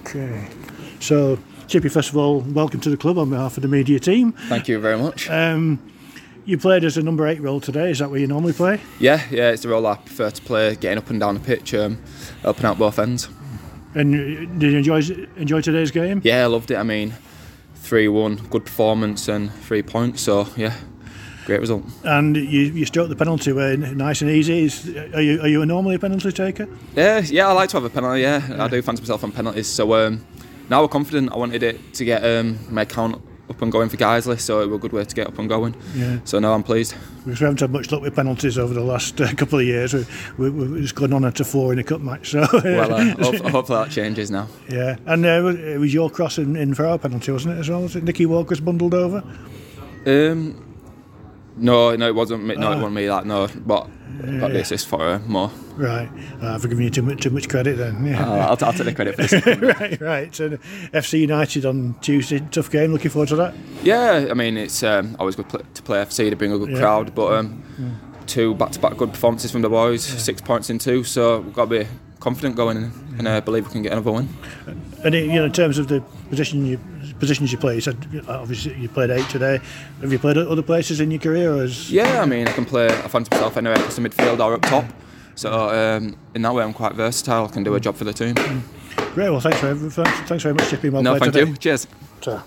Okay. So, Chippy, first of all, welcome to the club on behalf of the media team. Thank you very much. Um, you played as a number eight role today. Is that where you normally play? yeah, yeah, it's the role I prefer to play, getting up and down the pitch, um, up and out both ends. And uh, did you enjoy enjoy today's game? Yeah, I loved it. I mean, 3 1, good performance and three points, so yeah, great result. And you, you stroked the penalty away n- nice and easy. Is, are you are you normally a penalty taker? Yeah, yeah, I like to have a penalty, yeah. I do fancy myself on penalties, so um, now we're confident. I wanted it to get um, my count up and going for Geisley, so it was a good way to get up and going. Yeah. So no, I'm pleased. Because we haven't had much luck with penalties over the last uh, couple of years. We, we, we've just gone on to four in a cup match. So Well, uh, ho- hopefully that changes now. yeah, and uh, it was your cross in, in for our penalty, wasn't it? As well, was it? Nicky Walker's bundled over. Um, no, no, it wasn't. Me, no, Ah. it wasn't me. That no, but but this is for uh, more. Right, uh, I've given you too much too much credit then. Yeah. I'll, I'll, I'll take the credit for this. right, right. So FC United on Tuesday, tough game. Looking forward to that. yeah, I mean it's um, always good pl- to play FC to bring a good Yeah. crowd, but um, two back-to-back good performances from the boys, six points in two, so we've got to be confident going in, and uh, believe we can get another win. And it, you know, in terms of the position you positions you play, you said obviously you played eight today. Have you played at other places in your career? Or is, Yeah, I mean I can play. I fancy myself anywhere across the midfield or up top. So um, in that way, I'm quite versatile. Mm. I can do a job for the team. Great. Well, thanks very, thanks very much, Chippy. Well No, played thank today. you. Cheers. So.